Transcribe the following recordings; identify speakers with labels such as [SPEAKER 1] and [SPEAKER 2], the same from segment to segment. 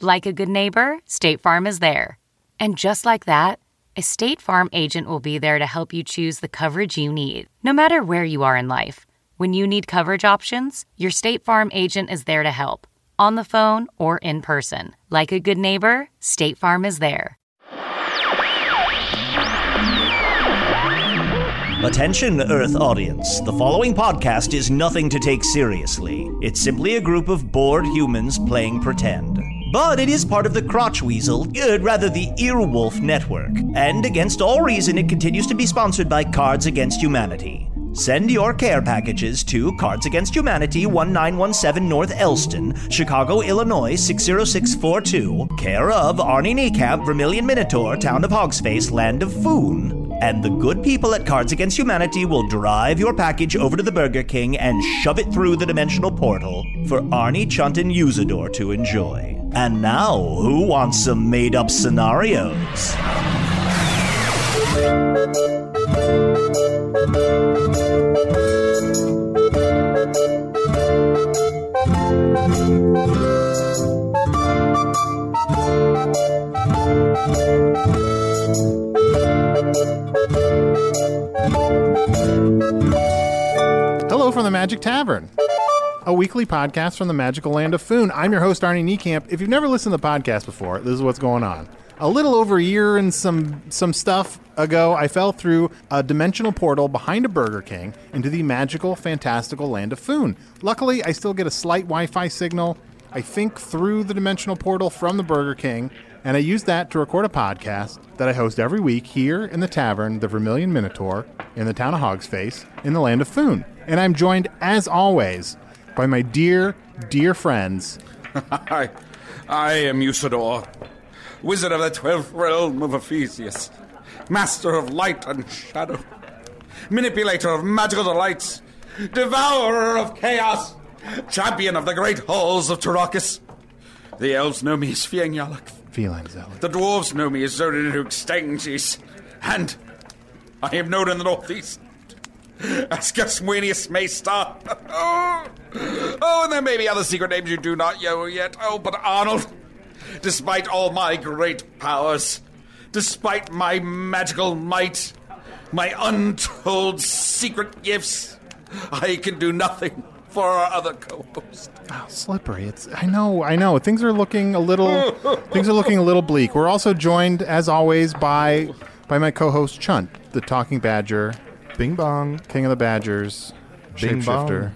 [SPEAKER 1] Like a good neighbor, State Farm is there. And just like that, a State Farm agent will be there to help you choose the coverage you need, no matter where you are in life. When you need coverage options, your State Farm agent is there to help, on the phone or in person. Like a good neighbor, State Farm is there.
[SPEAKER 2] Attention, Earth audience. The following podcast is nothing to take seriously. It's simply a group of bored humans playing pretend. But it is part of the Crotch Weasel, uh, rather the Earwolf Network. And against all reason, it continues to be sponsored by Cards Against Humanity. Send your care packages to Cards Against Humanity, 1917 North Elston, Chicago, Illinois, 60642, care of Arnie Kneecap, Vermilion Minotaur, Town of Hogsface, Land of Foon. And the good people at Cards Against Humanity will drive your package over to the Burger King and shove it through the dimensional portal for Arnie Chunt and Usador to enjoy. And now, who wants some made up scenarios?
[SPEAKER 3] Hello from the Magic Tavern, a weekly podcast from the magical land of Foon. I'm your host, Arnie Niekamp. If you've never listened to the podcast before, this is what's going on. A little over a year and some some stuff ago, I fell through a dimensional portal behind a Burger King into the magical, fantastical land of Foon. Luckily, I still get a slight Wi-Fi signal. I think through the dimensional portal from the Burger King, and I use that to record a podcast that I host every week here in the tavern, the Vermilion Minotaur, in the town of Hogsface, in the land of Foon. And I'm joined, as always, by my dear, dear friends.
[SPEAKER 4] I, I am Usador, wizard of the twelfth realm of Ephesius, master of light and shadow, manipulator of magical delights, devourer of chaos, champion of the great halls of Tarakas. The elves know me as Fiang Yalak.
[SPEAKER 3] Feline Zealot.
[SPEAKER 4] The dwarves know me as Zorin Hookstangis. And I am known in the northeast as Gaswinius Maystar. oh. oh, and there may be other secret names you do not know yet. Oh, but Arnold, despite all my great powers, despite my magical might, my untold secret gifts, I can do nothing for our other co-host.
[SPEAKER 3] slippery. It's I know, I know. Things are looking a little things are looking a little bleak. We're also joined as always by by my co-host Chunt, the talking badger,
[SPEAKER 5] Bing bong.
[SPEAKER 3] king of the badgers,
[SPEAKER 5] Bing
[SPEAKER 3] shapeshifter.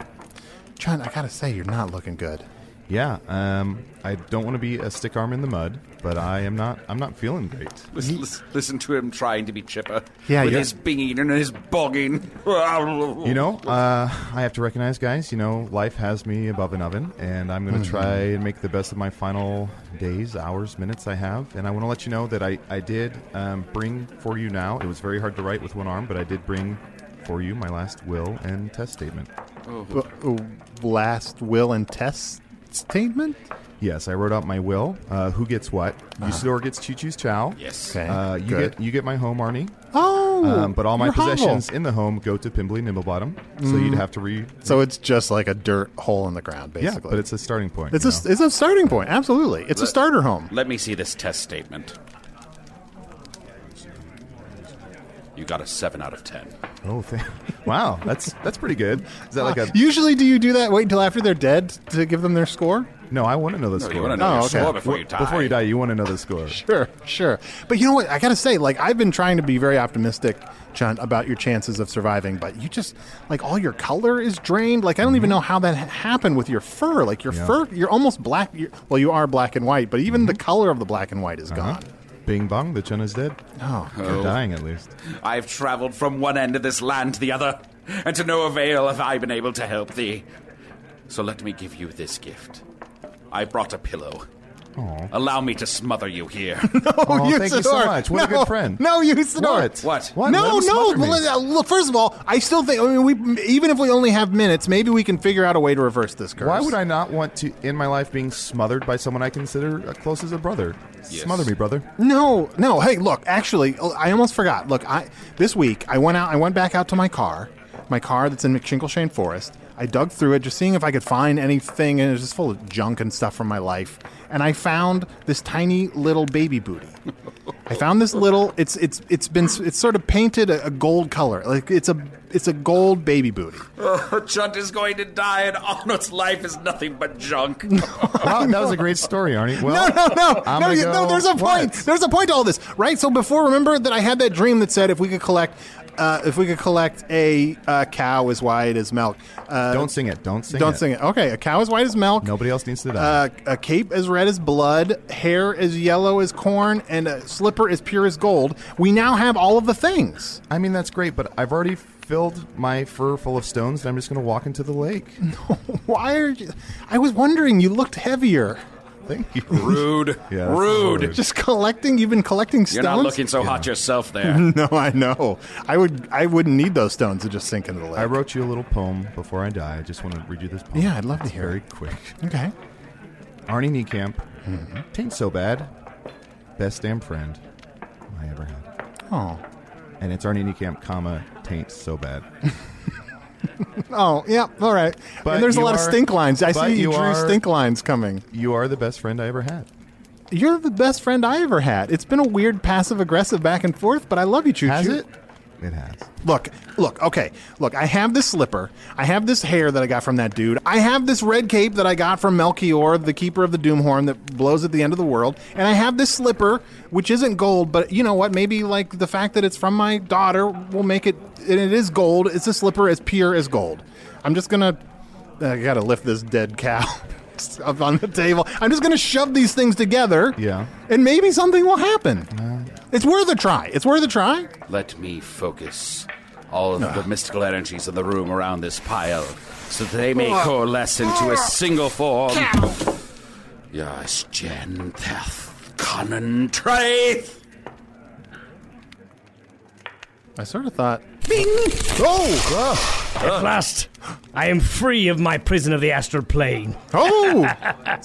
[SPEAKER 3] Chunt, I got to say you're not looking good.
[SPEAKER 5] Yeah. Um, I don't want to be a stick arm in the mud, but I am not. I'm not feeling great.
[SPEAKER 4] Listen, listen, listen to him trying to be chipper.
[SPEAKER 3] Yeah,
[SPEAKER 4] with
[SPEAKER 3] you're-
[SPEAKER 4] his binging and his bogging.
[SPEAKER 5] You know, uh, I have to recognize, guys. You know, life has me above an oven, and I'm
[SPEAKER 3] Mm-hmm.
[SPEAKER 5] going to try and make the best of my final days, hours, minutes I have. And I want to let you know that I I did um, bring for you now. It was very hard to write with one arm, but I did bring for you my last will and test statement.
[SPEAKER 3] B-
[SPEAKER 5] uh,
[SPEAKER 3] ooh, Last will and test statement?
[SPEAKER 5] Yes, I wrote out my will. Uh, who gets what? Usador gets Choo Choo's Chow.
[SPEAKER 4] Yes.
[SPEAKER 3] Uh-huh. Okay.
[SPEAKER 5] Uh, you
[SPEAKER 3] good.
[SPEAKER 5] get you get my home, Arnie.
[SPEAKER 3] Oh.
[SPEAKER 5] Um, but all my
[SPEAKER 3] your hovel.
[SPEAKER 5] possessions in the home go to Pimbley Nimblebottom, so you'd have to re.
[SPEAKER 3] So Mm. it's just like a dirt hole in the ground basically.
[SPEAKER 5] Yeah, but it's a starting point.
[SPEAKER 3] it's
[SPEAKER 5] you
[SPEAKER 3] a
[SPEAKER 5] know?
[SPEAKER 3] it's a starting point. Absolutely. It's a starter home.
[SPEAKER 4] Let me see this test statement. You got a 7 out of 10.
[SPEAKER 5] Oh, th- wow, that's that's pretty good. Is that like a
[SPEAKER 3] Usually, do you do that? Wait until after they're dead to give them their score?
[SPEAKER 5] no? I want to know the
[SPEAKER 4] No,
[SPEAKER 5] score.
[SPEAKER 4] you want to know
[SPEAKER 3] Oh,
[SPEAKER 4] your
[SPEAKER 3] okay.
[SPEAKER 4] score before
[SPEAKER 5] Well,
[SPEAKER 4] you die.
[SPEAKER 5] Before you die, you want to know the score.
[SPEAKER 3] Sure, sure. But you know what? I gotta say, like, I've been trying to be very optimistic, Chunt, about your chances of surviving. But you just like all your color is drained. Like, I don't even know how that ha- happened with your fur. Like, your
[SPEAKER 5] Mm-hmm. Yeah. Mm-hmm.
[SPEAKER 3] fur, you're almost black. You're, well, you are black and white, but even the color of the black and white is
[SPEAKER 5] Uh-huh.
[SPEAKER 3] gone.
[SPEAKER 5] Bing bong, the chun is dead.
[SPEAKER 3] Oh,
[SPEAKER 5] You're dying at least.
[SPEAKER 4] I've traveled from one end of this land to the other, and to no avail have I been able to help thee. So let me give you this gift. I brought a pillow. Allow me to smother you here.
[SPEAKER 5] Oh, thank you so
[SPEAKER 3] Usador.
[SPEAKER 5] much. What a
[SPEAKER 3] No.
[SPEAKER 5] good friend.
[SPEAKER 3] No, Usador.
[SPEAKER 5] What?
[SPEAKER 4] What?
[SPEAKER 5] What? Let
[SPEAKER 3] no,
[SPEAKER 5] him
[SPEAKER 3] no.
[SPEAKER 5] smother me.
[SPEAKER 3] Well, uh, look, first of all, I still think. I mean, we even if we only have minutes, maybe we can figure out a way to reverse this curse.
[SPEAKER 5] Why would I not want to end my life being smothered by someone I consider uh, close as a brother? Smother me, brother.
[SPEAKER 3] No, no. Hey, look. Actually, oh, I almost forgot. Look, I this week I went out. I went back out to my car, my car that's in McShinkleshane Forest. I dug through it, just seeing if I could find anything, and it was just full of junk and stuff from my life. And I found this tiny little baby booty. I found this little. It's it's it's been it's sort of painted a, a gold color. Like it's a it's a gold baby booty.
[SPEAKER 4] Chunt is going to die, and Arnold's life is nothing but junk.
[SPEAKER 5] Wow, that was a great story, Arnie.
[SPEAKER 3] No,
[SPEAKER 5] Well,
[SPEAKER 3] no, no,
[SPEAKER 5] Oh. I'm
[SPEAKER 3] no,
[SPEAKER 5] gonna
[SPEAKER 3] you- no.
[SPEAKER 5] go-
[SPEAKER 3] There's a point.
[SPEAKER 5] What?
[SPEAKER 3] There's a point to all this, right? So before, remember that I had that dream that said if we could collect, uh, if we could collect a uh, cow as white as milk. Uh,
[SPEAKER 5] Don't sing it. Don't sing
[SPEAKER 3] don't
[SPEAKER 5] it.
[SPEAKER 3] sing it. Okay, a cow as white as milk.
[SPEAKER 5] Nobody else needs to die.
[SPEAKER 3] Uh, a cape as red as blood, hair as yellow as corn, and a slipper as pure as gold. We now have all of the things.
[SPEAKER 5] I mean, that's great, but I've already filled my fur full of stones, and I'm just going to walk into the lake.
[SPEAKER 3] Why are you? I was wondering. You looked heavier.
[SPEAKER 5] Thank you.
[SPEAKER 4] Rude.
[SPEAKER 5] Yeah, that's
[SPEAKER 4] Rude.
[SPEAKER 5] rude.
[SPEAKER 3] Just collecting. You've been collecting
[SPEAKER 4] You're
[SPEAKER 3] stones. Mm-hmm.
[SPEAKER 4] not looking so hot yourself there.
[SPEAKER 3] No, I know. I would. I wouldn't need those stones to just sink into the lake.
[SPEAKER 5] I wrote you a little poem before I die. I just want to read you this poem.
[SPEAKER 3] Yeah, I'd love to
[SPEAKER 5] It's
[SPEAKER 3] hear
[SPEAKER 5] Very
[SPEAKER 3] it.
[SPEAKER 5] quick.
[SPEAKER 3] Okay.
[SPEAKER 5] Arnie Niekamp,
[SPEAKER 3] Mm-hmm.
[SPEAKER 5] tain't so bad. Best damn friend I ever had.
[SPEAKER 3] Oh.
[SPEAKER 5] And it's Arnie Niekamp, comma, taint so bad.
[SPEAKER 3] Oh, yeah. All right.
[SPEAKER 5] But
[SPEAKER 3] and there's a
[SPEAKER 5] you
[SPEAKER 3] lot of
[SPEAKER 5] are-
[SPEAKER 3] stink lines. I
[SPEAKER 5] but
[SPEAKER 3] see you
[SPEAKER 5] you
[SPEAKER 3] drew
[SPEAKER 5] are-
[SPEAKER 3] stink lines coming.
[SPEAKER 5] You are the best friend I ever had.
[SPEAKER 3] You're the best friend I ever had. It's been a weird passive aggressive back and forth, but I love you, Choo
[SPEAKER 5] Has
[SPEAKER 3] Choo.
[SPEAKER 5] it? It has.
[SPEAKER 3] Look, look, okay. Look, I have this slipper. I have this hair that I got from that dude. I have this red cape that I got from Melchior, the keeper of the Doomhorn that blows at the end of the world. And I have this slipper, which isn't gold, but you know what? Maybe, like, the fact that it's from my daughter will make it, and it is gold. It's a slipper as pure as gold. I'm just gonna, I gotta lift this dead cow up on the table. I'm just gonna shove these things together.
[SPEAKER 5] Yeah.
[SPEAKER 3] And maybe something will happen. It's worth a try. It's worth a try.
[SPEAKER 4] Let me focus all of
[SPEAKER 3] Ah.
[SPEAKER 4] the mystical energies of the room around this pile so that they
[SPEAKER 3] Ah.
[SPEAKER 4] may coalesce into a single form. Yes, Jen Theth Conentraith.
[SPEAKER 3] I sort of thought. Oh,
[SPEAKER 6] At last, I am free of my prison of the astral plane.
[SPEAKER 3] Oh!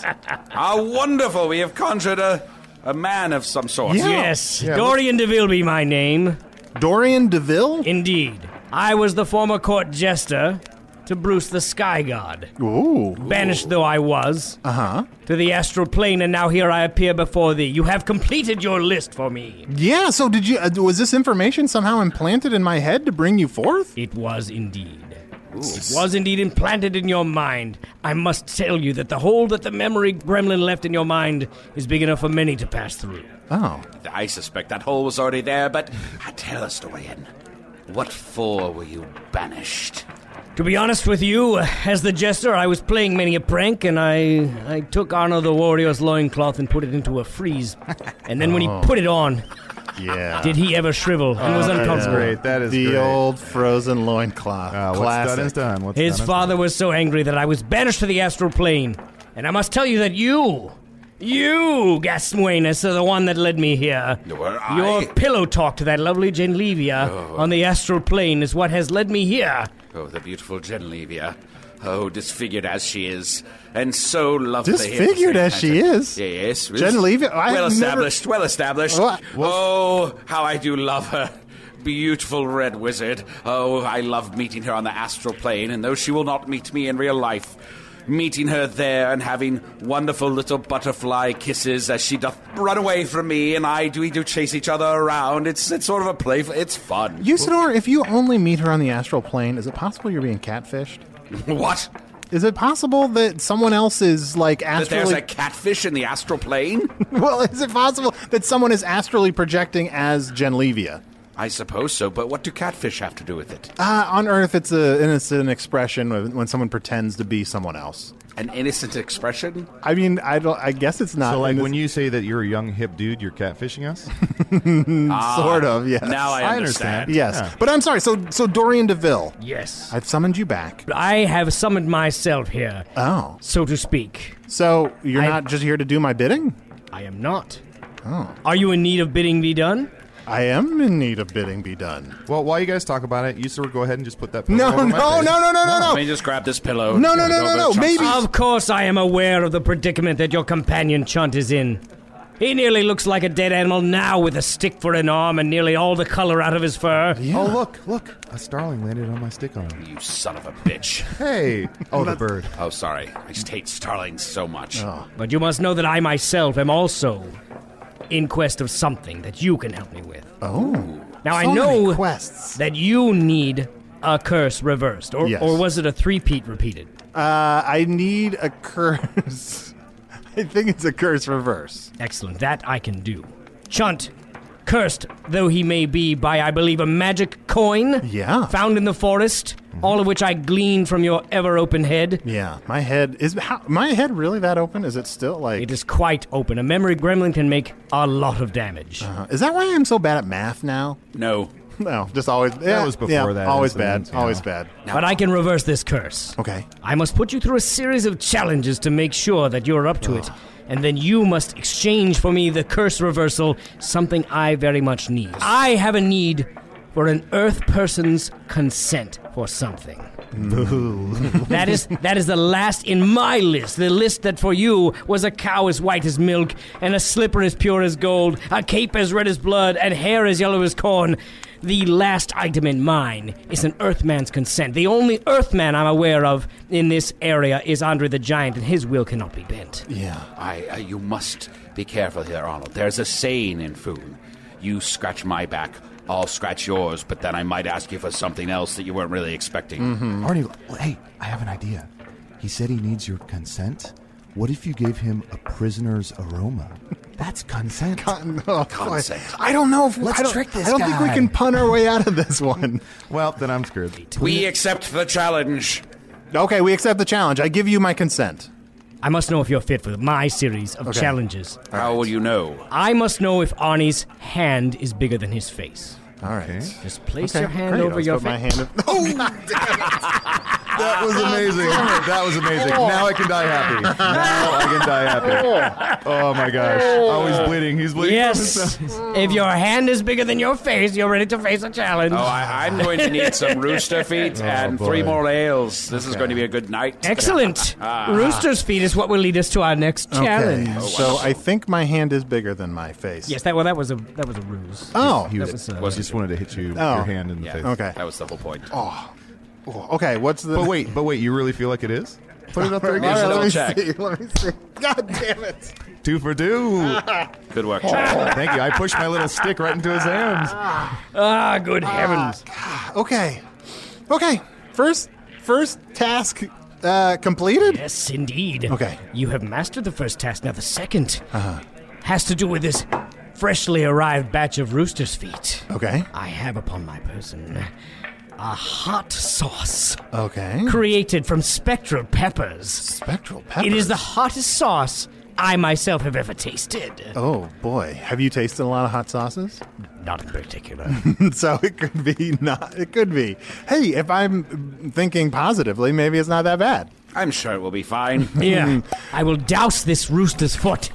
[SPEAKER 4] How wonderful! We have conjured a, a man of some sort.
[SPEAKER 3] Oh. Yeah.
[SPEAKER 6] Yes, Dorian Deville be my name.
[SPEAKER 3] Dorian DeVille?
[SPEAKER 6] Indeed, I was the former court jester to Bruce the Sky God.
[SPEAKER 3] Ooh. Uh-huh.
[SPEAKER 6] Banished though I was, uh huh, to the astral plane, and now here I appear before thee. You have completed your list for me.
[SPEAKER 3] Yeah, so did you. Uh, was this information somehow implanted in my head to bring you forth?
[SPEAKER 6] It was indeed. It was indeed implanted in your mind. I must tell you that the hole that the memory gremlin left in your mind is big enough for many to pass through.
[SPEAKER 3] Oh.
[SPEAKER 4] I suspect that hole was already there, but ah, tell us, Dorian, what for were you banished?
[SPEAKER 6] To be honest with you, as the jester, I was playing many a prank, and I I took Arno the warrior's loincloth and put it into a freeze. And then when he put it on,
[SPEAKER 3] Yeah.
[SPEAKER 6] did he ever shrivel and was
[SPEAKER 5] Oh. That's
[SPEAKER 6] uncomfortable.
[SPEAKER 5] great. That is
[SPEAKER 3] the
[SPEAKER 5] great.
[SPEAKER 3] old frozen loincloth.
[SPEAKER 5] Uh, what's
[SPEAKER 3] Classic.
[SPEAKER 5] done is done. What's
[SPEAKER 6] His
[SPEAKER 5] done is
[SPEAKER 6] father was so angry that I was banished to the astral plane. And I must tell you that you, you, Gasmuenus, are the one that led me here.
[SPEAKER 4] Were I?
[SPEAKER 6] Your pillow talk to that lovely Genlevia on the astral plane is what has led me here.
[SPEAKER 4] Oh, the beautiful Genlevia. Oh, disfigured as she is, and so lovely.
[SPEAKER 3] Disfigured as she is?
[SPEAKER 4] Yes,
[SPEAKER 3] Genlevia? I have
[SPEAKER 4] well
[SPEAKER 3] never-
[SPEAKER 4] established. Well established.
[SPEAKER 3] Well, I-
[SPEAKER 4] oh, how I do love her. Beautiful red wizard. Oh, I love meeting her on the astral plane, and though she will not meet me in real life, meeting her there and having wonderful little butterfly kisses as she doth run away from me, and I do we do chase each other around. It's it's sort of a playful. It's fun.
[SPEAKER 3] Usador, if you only meet her on the astral plane, is it possible you're being catfished?
[SPEAKER 4] what?
[SPEAKER 3] Is it possible that someone else is like
[SPEAKER 4] That there's
[SPEAKER 3] astrally?
[SPEAKER 4] a catfish in the astral plane?
[SPEAKER 3] well, is it possible that someone is astrally projecting as Genlevia?
[SPEAKER 4] I suppose so, but what do catfish have to do with it?
[SPEAKER 3] Uh, on Earth, it's a innocent expression when, when someone pretends to be someone else.
[SPEAKER 4] An innocent expression?
[SPEAKER 3] I mean, I don't. I guess it's not.
[SPEAKER 5] So, like,
[SPEAKER 3] innocent-
[SPEAKER 5] when you say that you're a young hip dude, you're catfishing us.
[SPEAKER 3] sort of, yes.
[SPEAKER 4] Now I
[SPEAKER 5] Ah,
[SPEAKER 4] understand.
[SPEAKER 5] I understand.
[SPEAKER 3] yes,
[SPEAKER 5] Yeah.
[SPEAKER 3] but I'm sorry. So, so Dorian Deville,
[SPEAKER 6] Yes.
[SPEAKER 3] I've summoned you back.
[SPEAKER 6] I have summoned myself here,
[SPEAKER 3] Oh,
[SPEAKER 6] so to speak.
[SPEAKER 3] so you're
[SPEAKER 6] I-
[SPEAKER 3] not just here to do my bidding?
[SPEAKER 6] I am not. Oh. Are you in need of bidding be done?
[SPEAKER 3] I am in need of bidding be done.
[SPEAKER 5] well, while you guys talk about it, you sort of go ahead and just put that.
[SPEAKER 3] No,
[SPEAKER 5] pillow
[SPEAKER 3] no,
[SPEAKER 5] over my
[SPEAKER 3] no, no,
[SPEAKER 5] face.
[SPEAKER 3] no, no, no.
[SPEAKER 4] Let me just grab this pillow.
[SPEAKER 3] No, no, no,
[SPEAKER 4] Go
[SPEAKER 3] no,
[SPEAKER 4] over
[SPEAKER 3] no,
[SPEAKER 4] the chunks.
[SPEAKER 3] maybe-
[SPEAKER 6] Of course, I am aware of the predicament that your companion Chunt is in. He nearly looks like a dead animal now with a stick for an arm and nearly all the color out of his fur.
[SPEAKER 5] Oh, look, look, a starling landed on my stick arm.
[SPEAKER 4] You son of a bitch.
[SPEAKER 5] Hey, oh, the bird.
[SPEAKER 4] Oh, sorry. I just hate starlings so much.
[SPEAKER 3] Oh.
[SPEAKER 6] But you must know that I myself am also in quest of something that you can help me with. Oh. Now I
[SPEAKER 3] So
[SPEAKER 6] know
[SPEAKER 3] many quests.
[SPEAKER 6] that you need a curse reversed, or,
[SPEAKER 3] Yes.
[SPEAKER 6] or was it a three-peat repeated?
[SPEAKER 3] Uh, I need a curse. I think it's a curse reverse.
[SPEAKER 6] Excellent, that I can do. Chunt, cursed though he may be by, I believe, a magic coin
[SPEAKER 3] Yeah. Mm-hmm.
[SPEAKER 6] found in the forest, all of which I gleaned from your ever open head.
[SPEAKER 3] Yeah, my head is how, my head really that open? Is it still like?
[SPEAKER 6] It is quite open. A memory gremlin can make a lot of damage.
[SPEAKER 3] Uh, is that why I'm so bad at math now?
[SPEAKER 4] No.
[SPEAKER 3] No, just always. yeah,
[SPEAKER 5] was before
[SPEAKER 3] yeah,
[SPEAKER 5] that
[SPEAKER 3] Always
[SPEAKER 5] incident,
[SPEAKER 3] bad.
[SPEAKER 5] you
[SPEAKER 3] Always
[SPEAKER 5] know.
[SPEAKER 3] bad.
[SPEAKER 6] But I can reverse this curse.
[SPEAKER 3] Okay.
[SPEAKER 6] I must put you through a series of challenges to make sure that you're up to it.
[SPEAKER 3] Ah.
[SPEAKER 6] And then you must exchange for me the curse reversal, something I very much need. I have a need for an earth person's consent for something. that is that is the last in my list. The list that for you was a cow as white as milk, and a slipper as pure as gold, a cape as red as blood, and hair as yellow as corn. The last item in mine is an Earthman's consent. The only Earthman I'm aware of in this area is Andre the Giant, and his will cannot be bent.
[SPEAKER 3] Yeah.
[SPEAKER 4] I, I, you must be careful here, Arnold. There's a saying in Foon. You scratch my back, I'll scratch yours, but then I might ask you for something else that you weren't really expecting.
[SPEAKER 5] Mm. Arnie, l- hey, I have an idea. He said he needs your consent. What if you gave him a prisoner's aroma? That's consent.
[SPEAKER 3] Oh,
[SPEAKER 4] Consent.
[SPEAKER 3] boy. I don't know if
[SPEAKER 5] Let's
[SPEAKER 3] I don't,
[SPEAKER 5] trick this
[SPEAKER 3] I don't think we
[SPEAKER 5] guy.
[SPEAKER 3] can punt our way out of this one.
[SPEAKER 5] well, then I'm screwed.
[SPEAKER 4] We accept the challenge.
[SPEAKER 3] Okay, we accept the challenge. I give you my consent.
[SPEAKER 6] I must know if you're fit for my series of challenges.
[SPEAKER 4] How will you know?
[SPEAKER 6] I must know if Arnie's hand is bigger than his face.
[SPEAKER 3] All right.
[SPEAKER 6] Just place
[SPEAKER 3] Okay,
[SPEAKER 6] your hand
[SPEAKER 3] great.
[SPEAKER 6] over
[SPEAKER 3] Let's
[SPEAKER 6] your
[SPEAKER 3] put my
[SPEAKER 6] face.
[SPEAKER 3] hand. oh,
[SPEAKER 5] That was amazing. That was amazing. Now I can die happy. Oh. Now I can die happy. Oh my gosh. Oh, he's bleeding. He's bleeding.
[SPEAKER 6] Yes. if your hand is bigger than your face, you're ready to face a challenge.
[SPEAKER 4] Oh, I, I'm going to need some rooster feet
[SPEAKER 3] Oh,
[SPEAKER 4] and
[SPEAKER 5] boy.
[SPEAKER 4] three more ales. This is going to be a good night.
[SPEAKER 6] Excellent.
[SPEAKER 4] Ah.
[SPEAKER 6] Rooster's feet is what will lead us to our next challenge.
[SPEAKER 5] Oh,
[SPEAKER 3] okay. So I think my hand is bigger than my face.
[SPEAKER 6] Yes, that well, that was a that was a ruse.
[SPEAKER 3] Oh.
[SPEAKER 5] He was,
[SPEAKER 6] That was, uh,
[SPEAKER 5] was- just wanted to hit you with
[SPEAKER 3] Oh.
[SPEAKER 5] your hand in the
[SPEAKER 4] Yeah.
[SPEAKER 5] face.
[SPEAKER 3] Okay. Oh.
[SPEAKER 4] That was the whole point.
[SPEAKER 3] Okay. What's the?
[SPEAKER 5] But wait, but wait, you really feel like it is? Put it up there
[SPEAKER 3] All
[SPEAKER 5] again.
[SPEAKER 3] right,
[SPEAKER 4] double
[SPEAKER 3] let me
[SPEAKER 4] check.
[SPEAKER 3] see. Let me see. God damn it!
[SPEAKER 5] Two for two.
[SPEAKER 4] Good work, Jack.
[SPEAKER 3] Oh.
[SPEAKER 5] Thank you. I pushed my little stick right into his hands.
[SPEAKER 6] ah, good heavens!
[SPEAKER 3] Okay. Okay. First, first task uh, completed.
[SPEAKER 6] Yes, indeed.
[SPEAKER 3] Okay. Uh-huh.
[SPEAKER 6] You have mastered the first task. Now the 2nd has to do with this freshly arrived batch of Rooster's feet.
[SPEAKER 3] Okay.
[SPEAKER 6] I have upon my person a hot sauce
[SPEAKER 3] Okay.
[SPEAKER 6] created from spectral peppers.
[SPEAKER 3] Spectral pepper.
[SPEAKER 6] It is the hottest sauce I myself have ever tasted.
[SPEAKER 3] Oh boy, have you tasted a lot of hot sauces?
[SPEAKER 6] Not in particular.
[SPEAKER 3] so it could be not. It could be. Hey, if I'm thinking positively, maybe it's not that bad.
[SPEAKER 4] I'm sure it will be fine.
[SPEAKER 6] yeah. I will douse this rooster's foot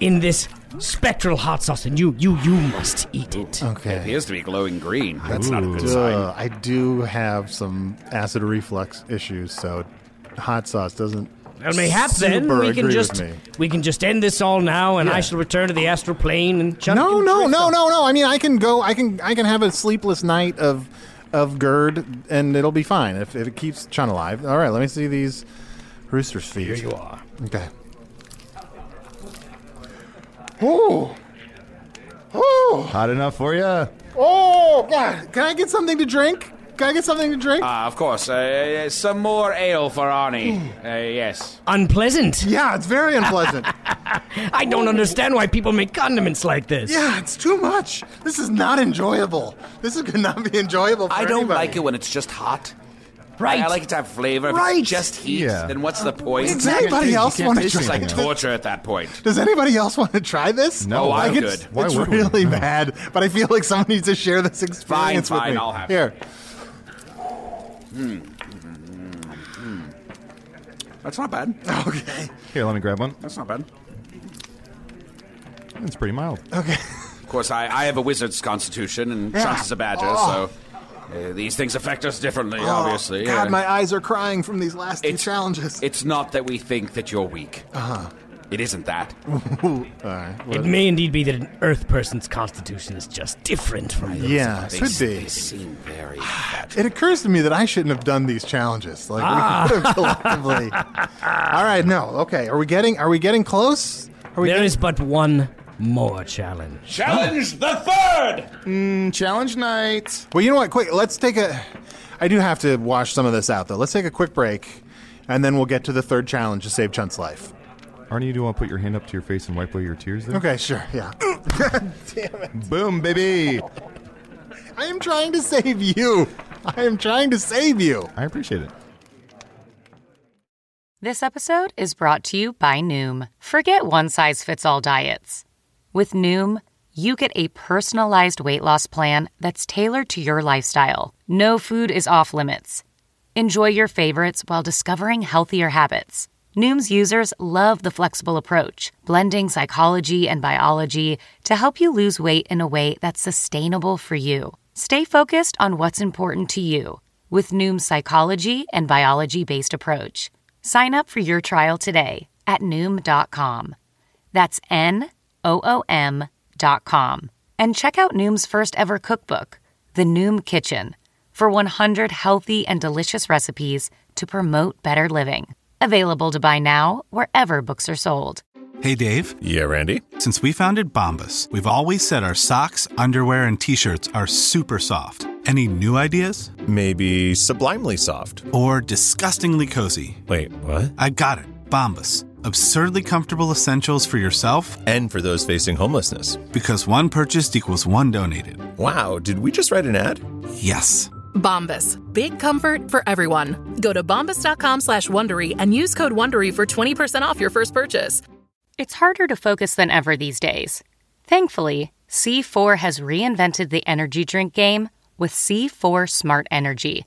[SPEAKER 6] in this spectral hot sauce, and you, you, you must eat it.
[SPEAKER 4] It appears to be glowing green. That's not a good sign.
[SPEAKER 3] Duh, Uh, I do have some acid reflux issues, so hot sauce doesn't.
[SPEAKER 6] Well, mayhaps then
[SPEAKER 3] super
[SPEAKER 6] we can
[SPEAKER 3] agree
[SPEAKER 6] just
[SPEAKER 3] With me.
[SPEAKER 6] we can just end this all now, and
[SPEAKER 3] Yeah.
[SPEAKER 6] I shall return to the astral plane. And Chuck
[SPEAKER 3] No,
[SPEAKER 6] can
[SPEAKER 3] no,
[SPEAKER 6] drift
[SPEAKER 3] no,
[SPEAKER 6] off.
[SPEAKER 3] no, no. I mean, I can go. I can. I can have a sleepless night of, of GERD, and it'll be fine if, if it keeps Chun alive. All right, let me see these Rooster's feet.
[SPEAKER 6] Here you are.
[SPEAKER 3] Okay.
[SPEAKER 5] Hot enough for you?
[SPEAKER 3] Oh God! Can I get something to drink? Can I get something to drink?
[SPEAKER 4] Ah, of course. Uh, some more ale for Arnie. Uh, yes.
[SPEAKER 6] Unpleasant.
[SPEAKER 3] yeah, it's very unpleasant.
[SPEAKER 6] I don't understand why people make condiments like this.
[SPEAKER 3] yeah, it's too much. This is not enjoyable. This is could not be enjoyable. For
[SPEAKER 4] I don't
[SPEAKER 3] anybody.
[SPEAKER 4] like it when it's just hot.
[SPEAKER 6] Right.
[SPEAKER 4] I like it to have flavor. If
[SPEAKER 3] Right.
[SPEAKER 4] it's just heat,
[SPEAKER 5] Yeah.
[SPEAKER 4] then what's the point?
[SPEAKER 3] Does anybody
[SPEAKER 5] You
[SPEAKER 3] else
[SPEAKER 5] can't
[SPEAKER 3] want to
[SPEAKER 5] taste
[SPEAKER 4] It's
[SPEAKER 3] drink?
[SPEAKER 4] like
[SPEAKER 5] Yeah.
[SPEAKER 4] torture at that point.
[SPEAKER 3] Does anybody else want to try this?
[SPEAKER 5] No. Oh,
[SPEAKER 3] like
[SPEAKER 4] I'm
[SPEAKER 3] it's,
[SPEAKER 4] good.
[SPEAKER 5] Why
[SPEAKER 3] It's
[SPEAKER 5] would we?
[SPEAKER 3] really bad, but I feel like someone needs to share this experience with
[SPEAKER 4] fine,
[SPEAKER 3] me.
[SPEAKER 4] I'll have it.
[SPEAKER 3] Here,
[SPEAKER 4] That's not bad.
[SPEAKER 3] okay,
[SPEAKER 5] Here, let me grab one.
[SPEAKER 4] That's not bad.
[SPEAKER 5] It's pretty mild.
[SPEAKER 3] okay.
[SPEAKER 4] Of course, I, I have a wizard's constitution, and
[SPEAKER 3] Yeah.
[SPEAKER 4] Trunks is a badger,
[SPEAKER 3] Oh.
[SPEAKER 4] so uh, these things affect us differently,
[SPEAKER 3] Oh,
[SPEAKER 4] obviously.
[SPEAKER 3] God,
[SPEAKER 4] yeah.
[SPEAKER 3] my eyes are crying from these last two
[SPEAKER 4] It's-
[SPEAKER 3] challenges.
[SPEAKER 4] It's not that we think that you're weak. Uh-huh. It isn't that.
[SPEAKER 3] All right,
[SPEAKER 6] It may indeed be that an Earth person's constitution is just different from yours.
[SPEAKER 3] yeah,
[SPEAKER 4] They,
[SPEAKER 3] could
[SPEAKER 4] s-
[SPEAKER 3] be.
[SPEAKER 4] they seem very bad. Ah.
[SPEAKER 3] It occurs to me that I shouldn't have done these challenges. Like we could have collectively. All right, no, okay. Are we getting? Are we getting close? Are we
[SPEAKER 6] There
[SPEAKER 3] getting-
[SPEAKER 6] is but one more challenge.
[SPEAKER 4] Challenge the third!
[SPEAKER 5] Challenge night.
[SPEAKER 3] Well, you know what? Quick, let's take a. I do have to wash some of this out though. Let's take a quick break, and then we'll get to the third challenge to save Chunt's life.
[SPEAKER 5] Arnie, you do want to put your hand up to your face and wipe away your tears there?
[SPEAKER 3] Okay, sure, yeah.
[SPEAKER 5] Boom, baby.
[SPEAKER 3] I am trying to save you. I am trying to save you.
[SPEAKER 5] I appreciate it.
[SPEAKER 1] This episode is brought to you by Noom. Forget one size fits all diets. With Noom, you get a personalized weight loss plan that's tailored to your lifestyle. No food is off limits. Enjoy your favorites while discovering healthier habits. Noom's users love the flexible approach, blending psychology and biology to help you lose weight in a way that's sustainable for you. Stay focused on what's important to you with Noom's psychology and biology based approach. Sign up for your trial today at Noom.com. That's N O O M dot com. And check out Noom's first ever cookbook, The Noom Kitchen, for 100 healthy and delicious recipes to promote better living. Available to buy now wherever books are sold.
[SPEAKER 7] Hey, Dave.
[SPEAKER 8] Yeah, Randy?
[SPEAKER 7] Since we founded Bombus, we've always said our socks, underwear, and t shirts are super soft. Any new ideas?
[SPEAKER 8] Maybe sublimely soft.
[SPEAKER 7] Or disgustingly cozy?
[SPEAKER 8] Wait, what?
[SPEAKER 7] I got it. Bombus. Absurdly comfortable essentials for yourself
[SPEAKER 8] And for those facing homelessness.
[SPEAKER 7] because one purchased equals one donated.
[SPEAKER 8] Wow, did we just write an ad?
[SPEAKER 7] Yes.
[SPEAKER 9] Bombas. Big comfort for everyone. Go to bombas.com slash Wondery and use code Wondery for 20% off your first purchase.
[SPEAKER 1] It's harder to focus than ever these days. Thankfully, C4 has reinvented the energy drink game with C4 Smart Energy,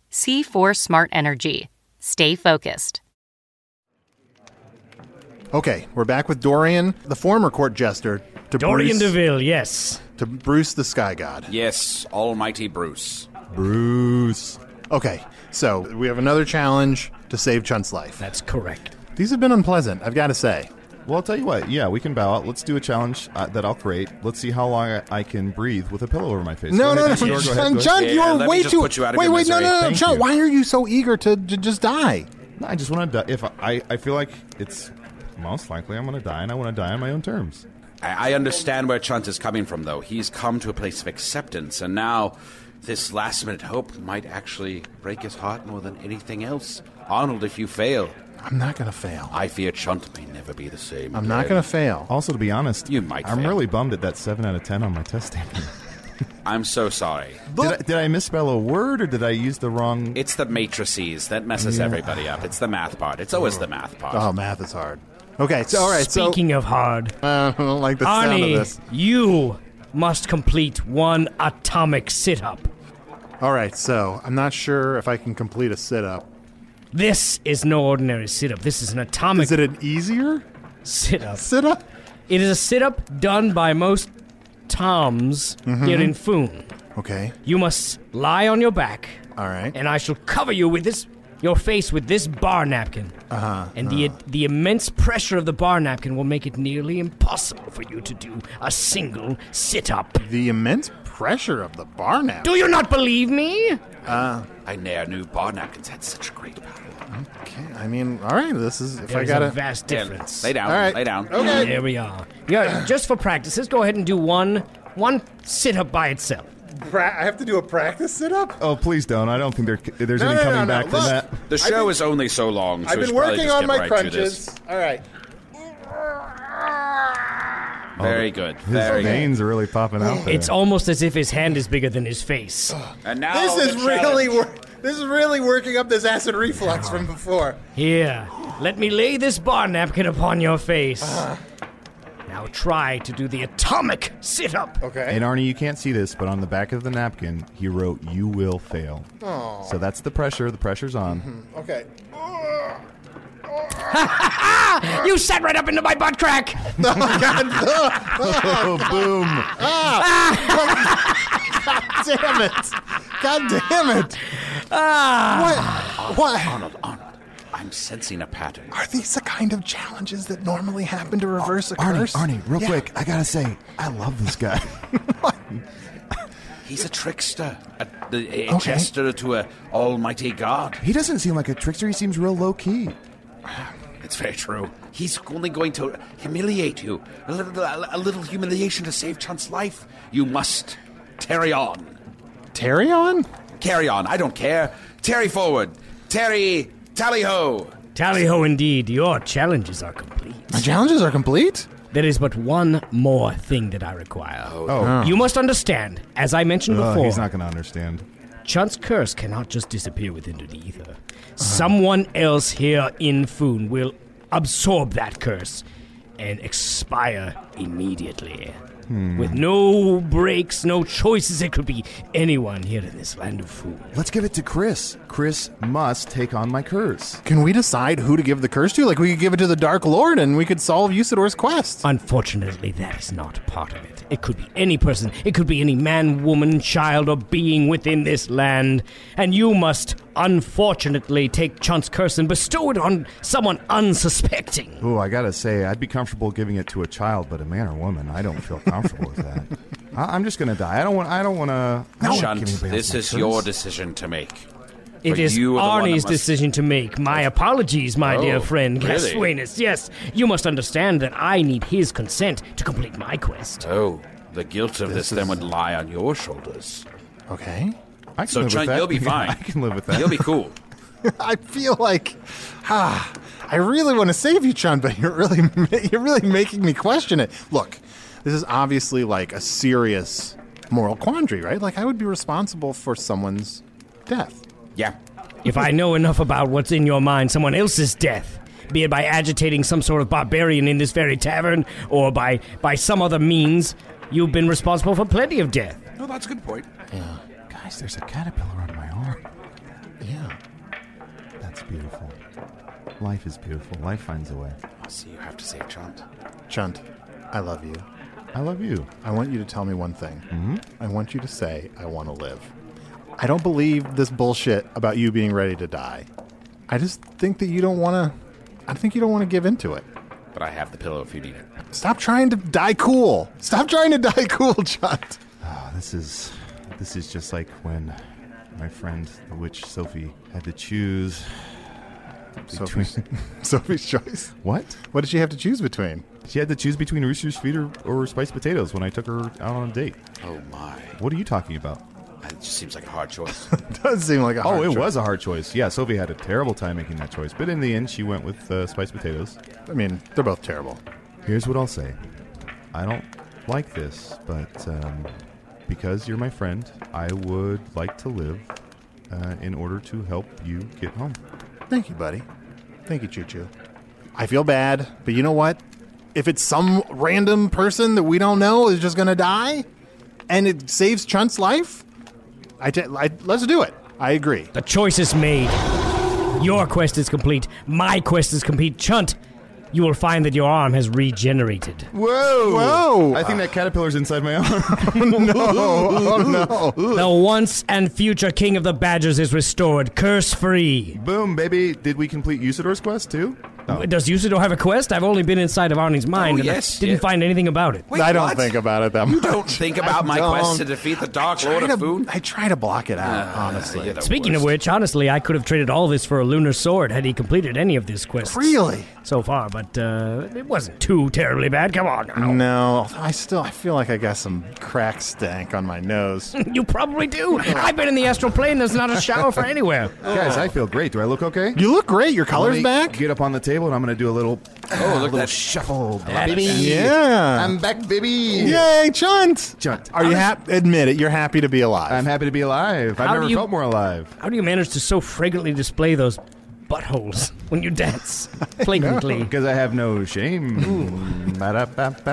[SPEAKER 1] C4 Smart Energy. Stay focused.
[SPEAKER 3] Okay, we're back with Dorian, the former court jester, to
[SPEAKER 6] Dorian
[SPEAKER 3] Bruce,
[SPEAKER 6] DeVille, yes.
[SPEAKER 3] to Bruce the Sky God.
[SPEAKER 4] Yes, Almighty Bruce.
[SPEAKER 5] Bruce.
[SPEAKER 3] Okay, so we have another challenge to save Chunt's life.
[SPEAKER 6] That's correct.
[SPEAKER 3] These have been unpleasant, I've got to say.
[SPEAKER 5] Well, I'll tell you what. Yeah, we can bow out. Let's do a challenge uh, that I'll create. Let's see how long I, I can breathe with a pillow over my face.
[SPEAKER 3] No, no,
[SPEAKER 5] Go
[SPEAKER 3] no,
[SPEAKER 5] ahead, Theodore, go ahead,
[SPEAKER 3] Chunt,
[SPEAKER 5] go ahead.
[SPEAKER 3] Chunt,
[SPEAKER 4] Yeah,
[SPEAKER 3] you are
[SPEAKER 4] let me
[SPEAKER 3] way
[SPEAKER 4] just
[SPEAKER 3] too.
[SPEAKER 4] put you out of
[SPEAKER 3] wait,
[SPEAKER 4] your
[SPEAKER 3] wait, no,
[SPEAKER 4] misery.
[SPEAKER 3] no, no,
[SPEAKER 5] Thank
[SPEAKER 3] Chunt,
[SPEAKER 5] you.
[SPEAKER 3] why are you so eager to, to just die?
[SPEAKER 5] No, I just want to die. If I, I feel like it's most likely I'm going to die, and I want to die on my own terms.
[SPEAKER 4] I, I understand where Chunt is coming from, though. He's come to a place of acceptance, and now this last minute hope might actually break his heart more than anything else. Arnold, if you fail,
[SPEAKER 3] I'm not going to fail.
[SPEAKER 4] I fear Chunt may never be the same.
[SPEAKER 3] I'm not going to fail.
[SPEAKER 5] Also, to be honest,
[SPEAKER 4] You might
[SPEAKER 5] I'm
[SPEAKER 4] fail.
[SPEAKER 5] really bummed at that seven out of ten on my test taking.
[SPEAKER 4] I'm so sorry.
[SPEAKER 5] did, I, did I misspell a word, or did I use the wrong?
[SPEAKER 4] It's the matrices that messes everybody up. It's the math part. It's always the math part.
[SPEAKER 3] Oh, math is hard. Okay, so all right, so
[SPEAKER 6] Speaking of hard,
[SPEAKER 3] uh, I don't like the sound of this.
[SPEAKER 6] Arnie, you must complete one atomic sit up.
[SPEAKER 3] All right, so I'm not sure if I can complete a sit up.
[SPEAKER 6] This is no ordinary sit up. This is an atomic
[SPEAKER 3] Is it an easier
[SPEAKER 6] sit up.
[SPEAKER 3] sit up?
[SPEAKER 6] It is a sit up done by most toms
[SPEAKER 3] Mm-hmm.
[SPEAKER 6] here in Foon.
[SPEAKER 3] Okay.
[SPEAKER 6] You must lie on your back,
[SPEAKER 3] All right.
[SPEAKER 6] and I shall cover you with this, your face with this bar napkin. Uh-huh, and the the immense pressure of the bar napkin will make it nearly impossible for you to do a single sit up.
[SPEAKER 3] the immense pressure of the bar now.
[SPEAKER 6] Do you not believe me?
[SPEAKER 4] I ne'er knew bar napkins had such great power.
[SPEAKER 3] Okay, I mean, all right. This is if
[SPEAKER 6] There
[SPEAKER 3] I
[SPEAKER 6] is
[SPEAKER 3] gotta.
[SPEAKER 6] a vast difference.
[SPEAKER 4] Lay down,
[SPEAKER 3] all right.
[SPEAKER 4] lay down.
[SPEAKER 3] Okay.
[SPEAKER 6] There we are. Yeah, just for practice, let's go ahead and do one one sit up by itself.
[SPEAKER 3] Pra- I have to do a practice sit up.
[SPEAKER 5] Oh, please don't. I don't think there, there's
[SPEAKER 3] No,
[SPEAKER 5] any
[SPEAKER 3] no, no,
[SPEAKER 5] coming
[SPEAKER 3] no.
[SPEAKER 5] back from
[SPEAKER 3] Look.
[SPEAKER 5] that.
[SPEAKER 4] The show is only so long, so
[SPEAKER 3] I've
[SPEAKER 4] we
[SPEAKER 3] been
[SPEAKER 4] should probably
[SPEAKER 3] working
[SPEAKER 4] just
[SPEAKER 3] on
[SPEAKER 4] get
[SPEAKER 3] my
[SPEAKER 4] right to this.
[SPEAKER 3] crunches. All right.
[SPEAKER 4] Very good,
[SPEAKER 5] Oh, His
[SPEAKER 4] very good.
[SPEAKER 5] veins are really popping out there.
[SPEAKER 6] It's almost as if his hand is bigger than his face.
[SPEAKER 4] And now
[SPEAKER 3] This
[SPEAKER 4] the
[SPEAKER 3] is really
[SPEAKER 4] challenge.
[SPEAKER 3] wor- this is really working up this acid reflux from before.
[SPEAKER 6] Here, let me lay this bar napkin upon your face. Now try to do the atomic sit up.
[SPEAKER 3] Okay.
[SPEAKER 5] And Arnie, you can't see this, but on the back of the napkin, he wrote, "You will fail." So that's the pressure. The pressure's on.
[SPEAKER 3] Okay.
[SPEAKER 6] You sat right up into my butt crack.
[SPEAKER 5] Oh,
[SPEAKER 3] Ah,
[SPEAKER 5] boom!
[SPEAKER 3] Damn it! God damn it!
[SPEAKER 4] Ah.
[SPEAKER 3] What? What
[SPEAKER 4] Arnold, Arnold, I'm sensing a pattern.
[SPEAKER 3] are these? The kind of challenges that normally happen to reverse a curse? Yeah.
[SPEAKER 5] I gotta say, I love this guy.
[SPEAKER 4] He's a trickster, a, a, a
[SPEAKER 3] Okay.
[SPEAKER 4] jester to a almighty god.
[SPEAKER 5] he doesn't seem like a trickster. He seems real low key.
[SPEAKER 4] It's very true. He's only going to humiliate you. A little, a, little humiliation to save Chunt's life. You must carry on.
[SPEAKER 3] Terry on?
[SPEAKER 4] Carry on. I don't care. Terry forward. Terry, tally ho.
[SPEAKER 6] Tally ho, indeed, your challenges are complete.
[SPEAKER 3] My challenges are complete.
[SPEAKER 6] There is but one more thing that I require.
[SPEAKER 3] Uh-huh.
[SPEAKER 5] Oh.
[SPEAKER 6] You must understand, as I mentioned
[SPEAKER 5] Ugh,
[SPEAKER 6] before,
[SPEAKER 5] he's not gonna understand.
[SPEAKER 6] Chunt's curse cannot just disappear with into the ether. Someone else here in Foon will absorb that curse and expire immediately. With no breaks, no choices, it could be anyone here in this land of Foon.
[SPEAKER 5] Let's give it to Chris. Chris must take on my curse.
[SPEAKER 3] Can we decide who to give the curse to? Like we could give it to the Dark Lord, and we could solve Usador's quest.
[SPEAKER 6] Unfortunately, that is not part of it. It could be any person, it could be any man, woman, child, or being within this land, and you must, unfortunately, take Chunt's curse and bestow it on someone unsuspecting.
[SPEAKER 5] Ooh, I gotta say, I'd be comfortable giving it to a child, but a man or woman, I don't feel comfortable with that. I, I'm just gonna die. I don't want. I don't want to.
[SPEAKER 4] Chunt, this is your decision to make.
[SPEAKER 6] It
[SPEAKER 4] But
[SPEAKER 6] is
[SPEAKER 4] you are the one that
[SPEAKER 6] Arnie's
[SPEAKER 4] must-
[SPEAKER 6] decision to make. My apologies, my
[SPEAKER 4] Oh,
[SPEAKER 6] dear friend
[SPEAKER 4] really?
[SPEAKER 6] Gaswanis. Yes, you must understand that I need his consent to complete my quest.
[SPEAKER 4] Oh, the guilt of this, then would lie on your shoulders.
[SPEAKER 3] Okay.
[SPEAKER 5] I can
[SPEAKER 4] So,
[SPEAKER 5] live with
[SPEAKER 4] Chunt,
[SPEAKER 5] that.
[SPEAKER 4] you'll be fine.
[SPEAKER 5] I can live with that.
[SPEAKER 4] You'll be cool.
[SPEAKER 3] I feel like, ah, I really want to save you, Chun, but you're really you're really making me question it. Look, this is obviously like a serious moral quandary, right? Like I would be responsible for someone's death.
[SPEAKER 4] yeah.
[SPEAKER 6] If I know enough about what's in your mind, someone else's death, be it by agitating some sort of barbarian in this very tavern or by, by some other means, you've been responsible for plenty of death.
[SPEAKER 4] No, that's a good point.
[SPEAKER 5] Guys, there's a caterpillar on my arm.
[SPEAKER 3] Yeah.
[SPEAKER 5] That's beautiful. Life is beautiful. Life finds a way.
[SPEAKER 4] So you have to save Chunt.
[SPEAKER 3] Chun, I love you.
[SPEAKER 5] I love you.
[SPEAKER 3] I want you to tell me one thing. Mm-hmm. I want you to say I want to live. I don't believe this bullshit about you being ready to die. I just think that you don't want to. I think you don't want to give into it.
[SPEAKER 4] But I have the pillow if you need it.
[SPEAKER 3] Stop trying to die cool. Stop trying to die cool, Chunt.
[SPEAKER 5] Oh, this is this is just like when my friend the witch Sophie had to choose between
[SPEAKER 3] Sophie's, Sophie's choice.
[SPEAKER 5] what?
[SPEAKER 3] What did she have to choose between?
[SPEAKER 5] She had to choose between Rooster's Feet or, or Spiced Potatoes when I took her out on a date.
[SPEAKER 4] Oh, my.
[SPEAKER 5] What are you talking about?
[SPEAKER 4] It just seems like a hard choice.
[SPEAKER 3] Does seem like a hard
[SPEAKER 5] oh, it
[SPEAKER 3] choice.
[SPEAKER 5] was a hard choice. Yeah, Sophie had a terrible time making that choice, but in the end, she went with uh, Spiced Potatoes.
[SPEAKER 3] I mean, they're both terrible.
[SPEAKER 5] Here's what I'll say. I don't like this, but um, because you're my friend, I would like to live uh, in order to help you get home.
[SPEAKER 3] Thank you, buddy. Thank you, Choo Choo. I feel bad, but you know what? If it's some random person that we don't know is just gonna die, and it saves Chunt's life, I ta- I- let's do it. I agree.
[SPEAKER 6] The choice is made. Your quest is complete. My quest is complete. Chunt, you will find that your arm has regenerated.
[SPEAKER 5] Whoa!
[SPEAKER 3] Whoa.
[SPEAKER 5] I think that caterpillar's inside my arm.
[SPEAKER 3] Oh, no.
[SPEAKER 6] The once and future king of the badgers is restored, curse free.
[SPEAKER 5] Boom, baby! Did we complete Usador's quest too?
[SPEAKER 6] Does Usador have a quest? I've only been inside of Arnie's mind and I
[SPEAKER 4] yes,
[SPEAKER 6] didn't
[SPEAKER 4] yeah.
[SPEAKER 6] find anything about it.
[SPEAKER 4] Wait,
[SPEAKER 3] I don't
[SPEAKER 4] what?
[SPEAKER 3] think about it that much.
[SPEAKER 4] Don't think about my quest to defeat the Dark Lord
[SPEAKER 3] Try
[SPEAKER 4] of Uh,
[SPEAKER 3] to-
[SPEAKER 4] Food. Ah,
[SPEAKER 3] I try to block it out, honestly.
[SPEAKER 6] Speaking of which, honestly, I could have traded all this for a lunar sword had he completed any of this quest.
[SPEAKER 3] Really?
[SPEAKER 6] So far, but uh, it wasn't too terribly bad. Come on now.
[SPEAKER 3] No, I still I feel like I got some crack stank on my nose.
[SPEAKER 6] You probably do. I've been in the astral plane. There's not a shower for anywhere.
[SPEAKER 5] Guys, I feel great. Do I look okay?
[SPEAKER 3] you look great. Your
[SPEAKER 5] Let
[SPEAKER 3] color's
[SPEAKER 5] me
[SPEAKER 3] back.
[SPEAKER 5] Get up on the table, and I'm gonna do a little. Oh,
[SPEAKER 4] look at
[SPEAKER 5] little
[SPEAKER 4] that.
[SPEAKER 5] shuffle, baby!
[SPEAKER 3] Yeah.
[SPEAKER 5] I'm back, baby!
[SPEAKER 3] Yay, Chunt!
[SPEAKER 5] Chunt.
[SPEAKER 3] Are you happy? Admit it. You're happy to be alive.
[SPEAKER 5] I'm happy to be alive. I've
[SPEAKER 6] How do
[SPEAKER 5] never
[SPEAKER 6] you-
[SPEAKER 5] felt more alive.
[SPEAKER 6] How do you manage to so fragrantly display those buttholes when you dance? Flagrantly.
[SPEAKER 5] Because I have no shame.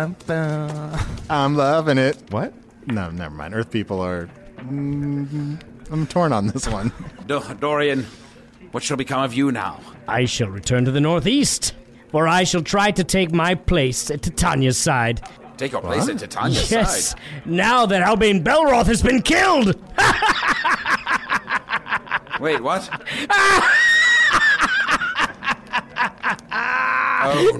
[SPEAKER 5] Ba-da-ba-ba-ba.
[SPEAKER 3] I'm loving it.
[SPEAKER 5] What?
[SPEAKER 3] No, never mind. Earth people are. Mm, I'm torn on this one.
[SPEAKER 4] Do- Dorian, what shall become of you now?
[SPEAKER 6] I shall return to the northeast, for I shall try to take my place at Titania's side.
[SPEAKER 4] Take your place at Titania's
[SPEAKER 6] yes,
[SPEAKER 4] side.
[SPEAKER 6] now that Albane Belroth has been killed!
[SPEAKER 4] Wait, what?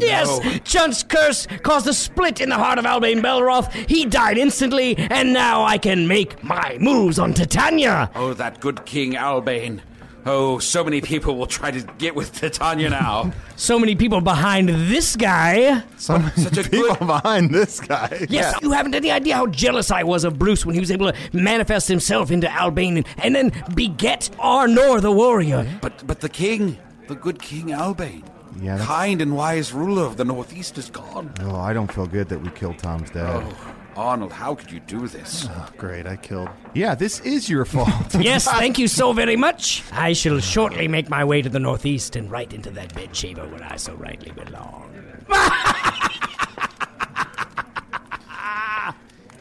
[SPEAKER 6] yes,
[SPEAKER 4] Oh, no.
[SPEAKER 6] Chunt's curse caused a split in the heart of Albane Belroth. He died instantly, and now I can make my moves on Titania.
[SPEAKER 4] Oh, that good King Albane. Oh, so many people will try to get with Titania now.
[SPEAKER 6] So many people behind this guy.
[SPEAKER 3] So many
[SPEAKER 4] such a
[SPEAKER 3] people
[SPEAKER 4] good-
[SPEAKER 3] behind this guy.
[SPEAKER 6] Yes, you haven't any idea how jealous I was of Bruce when he was able to manifest himself into Albane and then beget Arnor the warrior.
[SPEAKER 4] But but the king, the good King Albane,
[SPEAKER 5] Yeah, that's-
[SPEAKER 4] kind and wise ruler of the Northeast, is gone.
[SPEAKER 5] Oh, I don't feel good that we killed Tom's dad.
[SPEAKER 4] Oh, Arnold, how could you do this?
[SPEAKER 3] Oh, great. I killed.
[SPEAKER 5] Yeah, this is your fault.
[SPEAKER 6] Yes, thank you so very much. I shall shortly make my way to the northeast and right into that bedchamber where I so rightly belong.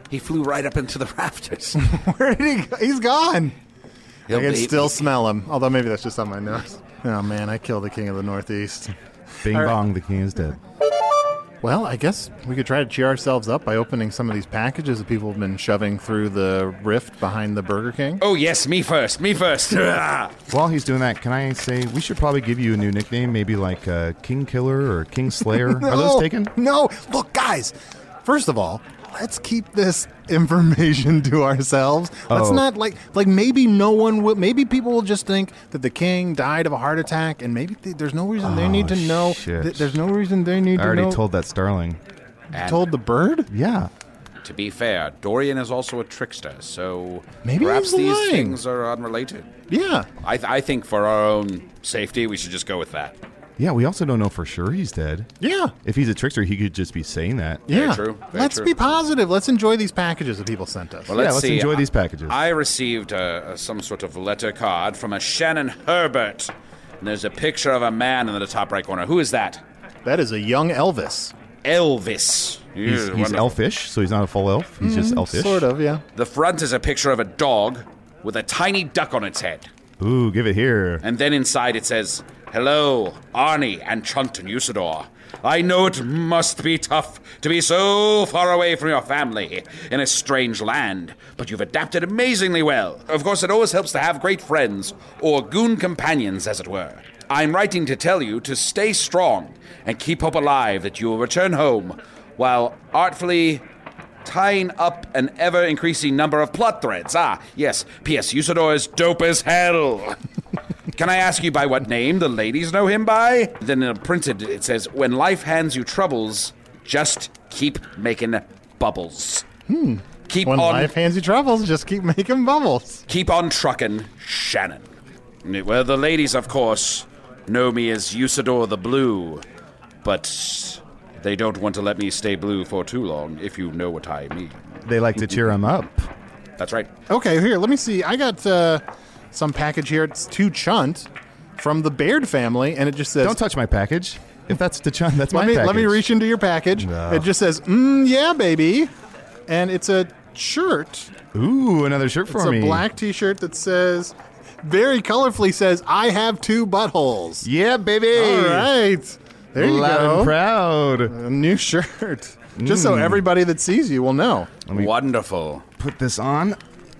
[SPEAKER 4] He flew right up into the rafters.
[SPEAKER 3] Where did he go? He's gone. I
[SPEAKER 4] He'll
[SPEAKER 3] can
[SPEAKER 4] be-
[SPEAKER 3] still smell him, although maybe that's just on my nose. Oh man, I killed the king of the Northeast.
[SPEAKER 5] Bing bong, the king is dead.
[SPEAKER 3] Well, I guess we could try to cheer ourselves up by opening some of these packages that people have been shoving through the rift behind the Burger King.
[SPEAKER 4] Oh yes, me first, me first. Ah.
[SPEAKER 5] While he's doing that, can I say we should probably give you a new nickname, maybe like uh, King Killer or King Slayer? Are those
[SPEAKER 3] No,
[SPEAKER 5] taken?
[SPEAKER 3] Oh, No. Look, guys, first of all, let's keep this information to ourselves. Let's
[SPEAKER 5] Oh.
[SPEAKER 3] not like like maybe no one will maybe people will just think that the king died of a heart attack and maybe th- there's no reason they need to know
[SPEAKER 5] Oh, shit.
[SPEAKER 3] th- there's no reason they need
[SPEAKER 5] I
[SPEAKER 3] to
[SPEAKER 5] already
[SPEAKER 3] know
[SPEAKER 5] told that Starling.
[SPEAKER 3] told the bird?
[SPEAKER 5] Yeah.
[SPEAKER 4] To be fair, Dorian is also a trickster, so
[SPEAKER 3] Maybe
[SPEAKER 4] perhaps
[SPEAKER 3] he's
[SPEAKER 4] these
[SPEAKER 3] lying.
[SPEAKER 4] things are unrelated.
[SPEAKER 3] Yeah.
[SPEAKER 4] I, th- I think for our own safety, we should just go with that.
[SPEAKER 5] Yeah, we also don't know for sure he's dead.
[SPEAKER 3] Yeah.
[SPEAKER 5] If he's a trickster, he could just be saying that.
[SPEAKER 3] Yeah.
[SPEAKER 4] true, very
[SPEAKER 3] Let's
[SPEAKER 4] true.
[SPEAKER 3] be positive. Let's enjoy these packages that people sent us.
[SPEAKER 4] Well,
[SPEAKER 5] Yeah,
[SPEAKER 4] let's,
[SPEAKER 5] let's
[SPEAKER 4] see.
[SPEAKER 5] enjoy
[SPEAKER 4] I-
[SPEAKER 5] these packages.
[SPEAKER 4] I received uh, some sort of letter card from a Shannon Herbert. And there's a picture of a man in the top right corner. Who is that?
[SPEAKER 3] that is a young Elvis.
[SPEAKER 4] Elvis. Yeah,
[SPEAKER 5] He's, he's
[SPEAKER 4] wonderful.
[SPEAKER 5] elfish, so he's not a full elf. He's just elfish.
[SPEAKER 3] Mm-hmm. Sort of, yeah.
[SPEAKER 4] The front is a picture of a dog with a tiny duck on its head.
[SPEAKER 5] Ooh, give it here.
[SPEAKER 4] And then inside it says, Hello, Arnie and Chunt and Usador. I know it must be tough to be so far away from your family in a strange land, but you've adapted amazingly well. Of course, it always helps to have great friends, or goon companions, as it were. I'm writing to tell you to stay strong and keep hope alive that you will return home while artfully tying up an ever increasing number of plot threads. Ah, yes. P.S. Usador is dope as hell. Can I ask you by what name the ladies know him by? Then in a printed it says, "When life hands you troubles, just keep making bubbles. Keep
[SPEAKER 3] Hmm. When
[SPEAKER 4] on,
[SPEAKER 3] life hands you troubles, just keep making bubbles.
[SPEAKER 4] keep on truckin', Shannon." Well, the ladies, of course, know me as Usador the Blue, but they don't want to let me stay blue for too long. If you know what I mean.
[SPEAKER 5] They like to cheer him up.
[SPEAKER 4] That's right.
[SPEAKER 3] Okay, here, let me see. I got uh, some package here. It's to Chunt from the Baird family, and it just says.
[SPEAKER 5] Don't touch my package. If that's to Chun, that's
[SPEAKER 3] let
[SPEAKER 5] my
[SPEAKER 3] me
[SPEAKER 5] package.
[SPEAKER 3] let me reach into your package.
[SPEAKER 5] No.
[SPEAKER 3] It just says, mm, "Yeah, baby," and it's a shirt.
[SPEAKER 5] Ooh, another shirt
[SPEAKER 3] it's
[SPEAKER 5] for
[SPEAKER 3] a
[SPEAKER 5] me.
[SPEAKER 3] black T-shirt that says very colorfully says, I have two buttholes.
[SPEAKER 5] Yeah, baby.
[SPEAKER 3] All right. There you
[SPEAKER 5] Loud
[SPEAKER 3] go. Uh,
[SPEAKER 5] and Mm. proud.
[SPEAKER 3] A new shirt. Just so everybody that sees you will know.
[SPEAKER 4] Wonderful.
[SPEAKER 5] Put this on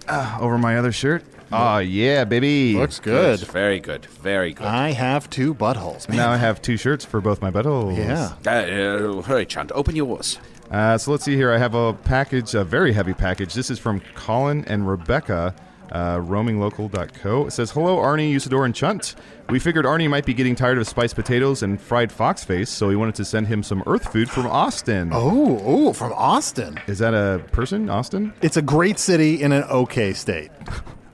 [SPEAKER 5] uh, over my other shirt. Oh yeah, baby.
[SPEAKER 3] Looks good. Ah.
[SPEAKER 4] Very good. Very good.
[SPEAKER 3] I have two buttholes. Man.
[SPEAKER 5] Now I have two shirts for both my buttholes.
[SPEAKER 3] Yeah.
[SPEAKER 4] Uh, uh, hurry, Chant. Open yours.
[SPEAKER 5] Uh, so let's see here. I have a package, a very heavy package. This is from Colin and Rebecca. Uh, roaminglocal.co. It says, Hello, Arnie, Usador, and Chunt. We figured Arnie might be getting tired of spiced potatoes and fried fox face, so we wanted to send him some earth food from Austin.
[SPEAKER 3] Oh, oh, from Austin.
[SPEAKER 5] Is that a person, Austin?
[SPEAKER 3] It's a great city in an okay state.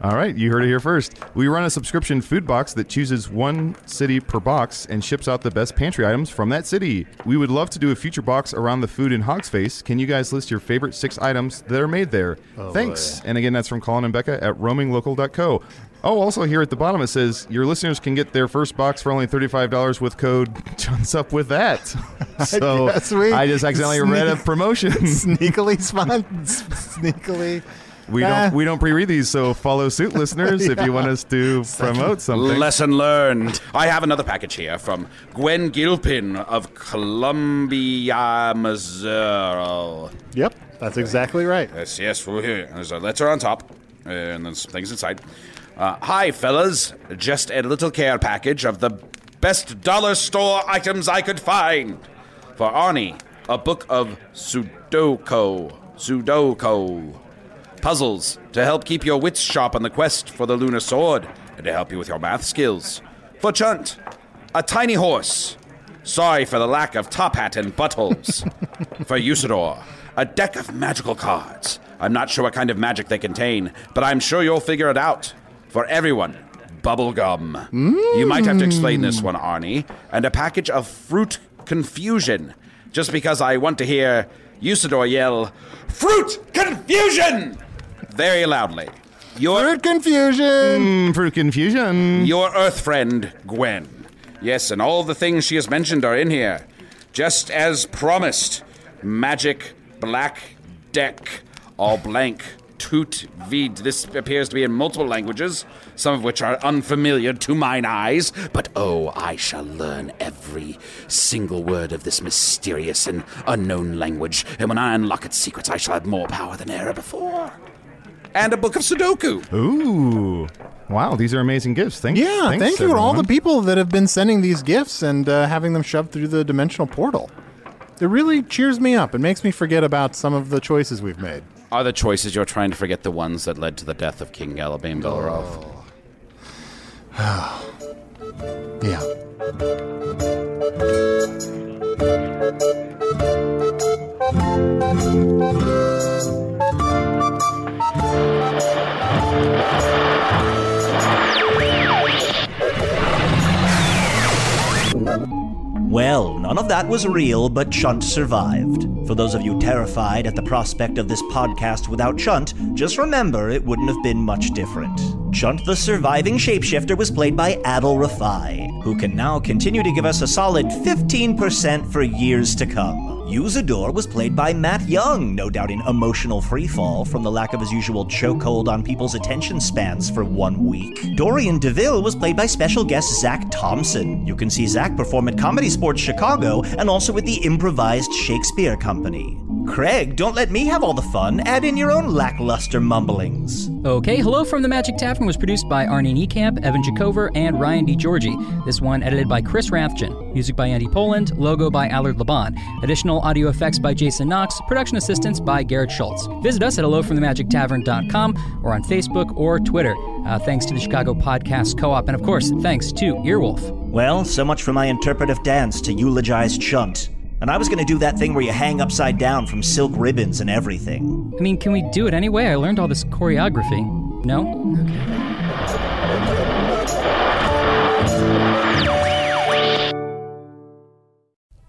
[SPEAKER 5] All right, you heard it here first. We run a subscription food box that chooses one city per box and ships out the best pantry items from that city. We would love to do a future box around the food in Hog's Face. Can you guys list your favorite six items that are made there? Thanks. And again, that's from Colin and Becca at roaminglocal.co. Oh, also here at the bottom it says your listeners can get their first box for only thirty-five dollars with code. John's up with that. So
[SPEAKER 3] guess we
[SPEAKER 5] I just accidentally read a
[SPEAKER 3] sneak-
[SPEAKER 5] promotion.
[SPEAKER 3] sneakily spon- sneakily.
[SPEAKER 5] We
[SPEAKER 3] Ah.
[SPEAKER 5] don't we don't pre-read these, so follow suit, listeners, if you want us to promote something.
[SPEAKER 4] Lesson learned. I have another package here from Gwen Gilpin of Columbia, Missouri.
[SPEAKER 3] Yep, that's exactly right.
[SPEAKER 4] Yes, yes, we're here. There's a letter on top, uh, and then some things inside. Uh, Hi, fellas. Just a little care package of the best dollar store items I could find. For Arnie, a book of Sudoku. Sudoku. Puzzles to help keep your wits sharp on the quest for the lunar sword and to help you with your math skills. For Chunt, a tiny horse. Sorry for the lack of top hat and buttholes. for Usador, a deck of magical cards. I'm not sure what kind of magic they contain, but I'm sure you'll figure it out. For everyone, bubblegum. You might have to explain this one, Arnie. And a package of fruit confusion. Just because I want to hear Usador yell, Fruit confusion! very loudly. Your,
[SPEAKER 3] Word confusion.
[SPEAKER 5] Mm, for confusion.
[SPEAKER 4] your Earth friend, Gwen. Yes, and all the things she has mentioned are in here. Just as promised. Magic, black, deck, all blank, toot, vid. This appears to be in multiple languages, some of which are unfamiliar to mine eyes. But oh, I shall learn every single word of this mysterious and unknown language. And when I unlock its secrets, I shall have more power than ever before. And a book of Sudoku.
[SPEAKER 5] Ooh. Wow, these are amazing gifts. Thank you.
[SPEAKER 3] Yeah, thank you to all the people that have been sending these gifts and uh, having them shoved through the dimensional portal. It really cheers me up. It makes me forget about some of the choices we've made.
[SPEAKER 4] Are the choices you're trying to forget the ones that led to the death of King Galabane Belarov?
[SPEAKER 3] Yeah.
[SPEAKER 2] Well, none of that was real, but Chunt survived. For those of you terrified at the prospect of this podcast without Chunt, just remember it wouldn't have been much different. Chunt the surviving shapeshifter was played by Adil Rafai, who can now continue to give us a solid 15% for years to come. Usador was played by Matt Young, no doubt in emotional freefall from the lack of his usual chokehold on people's attention spans for one week. Dorian DeVille was played by special guest Zach Thompson. You can see Zach perform at Comedy Sports Chicago and also with the Improvised Shakespeare Company. Craig, don't let me have all the fun. Add in your own lackluster mumblings.
[SPEAKER 10] Okay, Hello from the Magic Tavern was produced by Arnie Niekamp, Evan Jacover, and Ryan DiGiorgi. This one edited by Chris Rathjen. Music by Andy Poland, logo by Allard Laban. Additional audio effects by Jason Knox, production assistance by Garrett Schultz. Visit us at hellofromthemagictavern.com or on Facebook or Twitter. Uh, thanks to the Chicago Podcast Co-op, and of course, thanks to Earwolf.
[SPEAKER 2] Well, so much for my interpretive dance to eulogize Chunt. And I was going to do that thing where you hang upside down from silk ribbons and everything.
[SPEAKER 10] I mean, can we do it anyway? I learned all this choreography. No?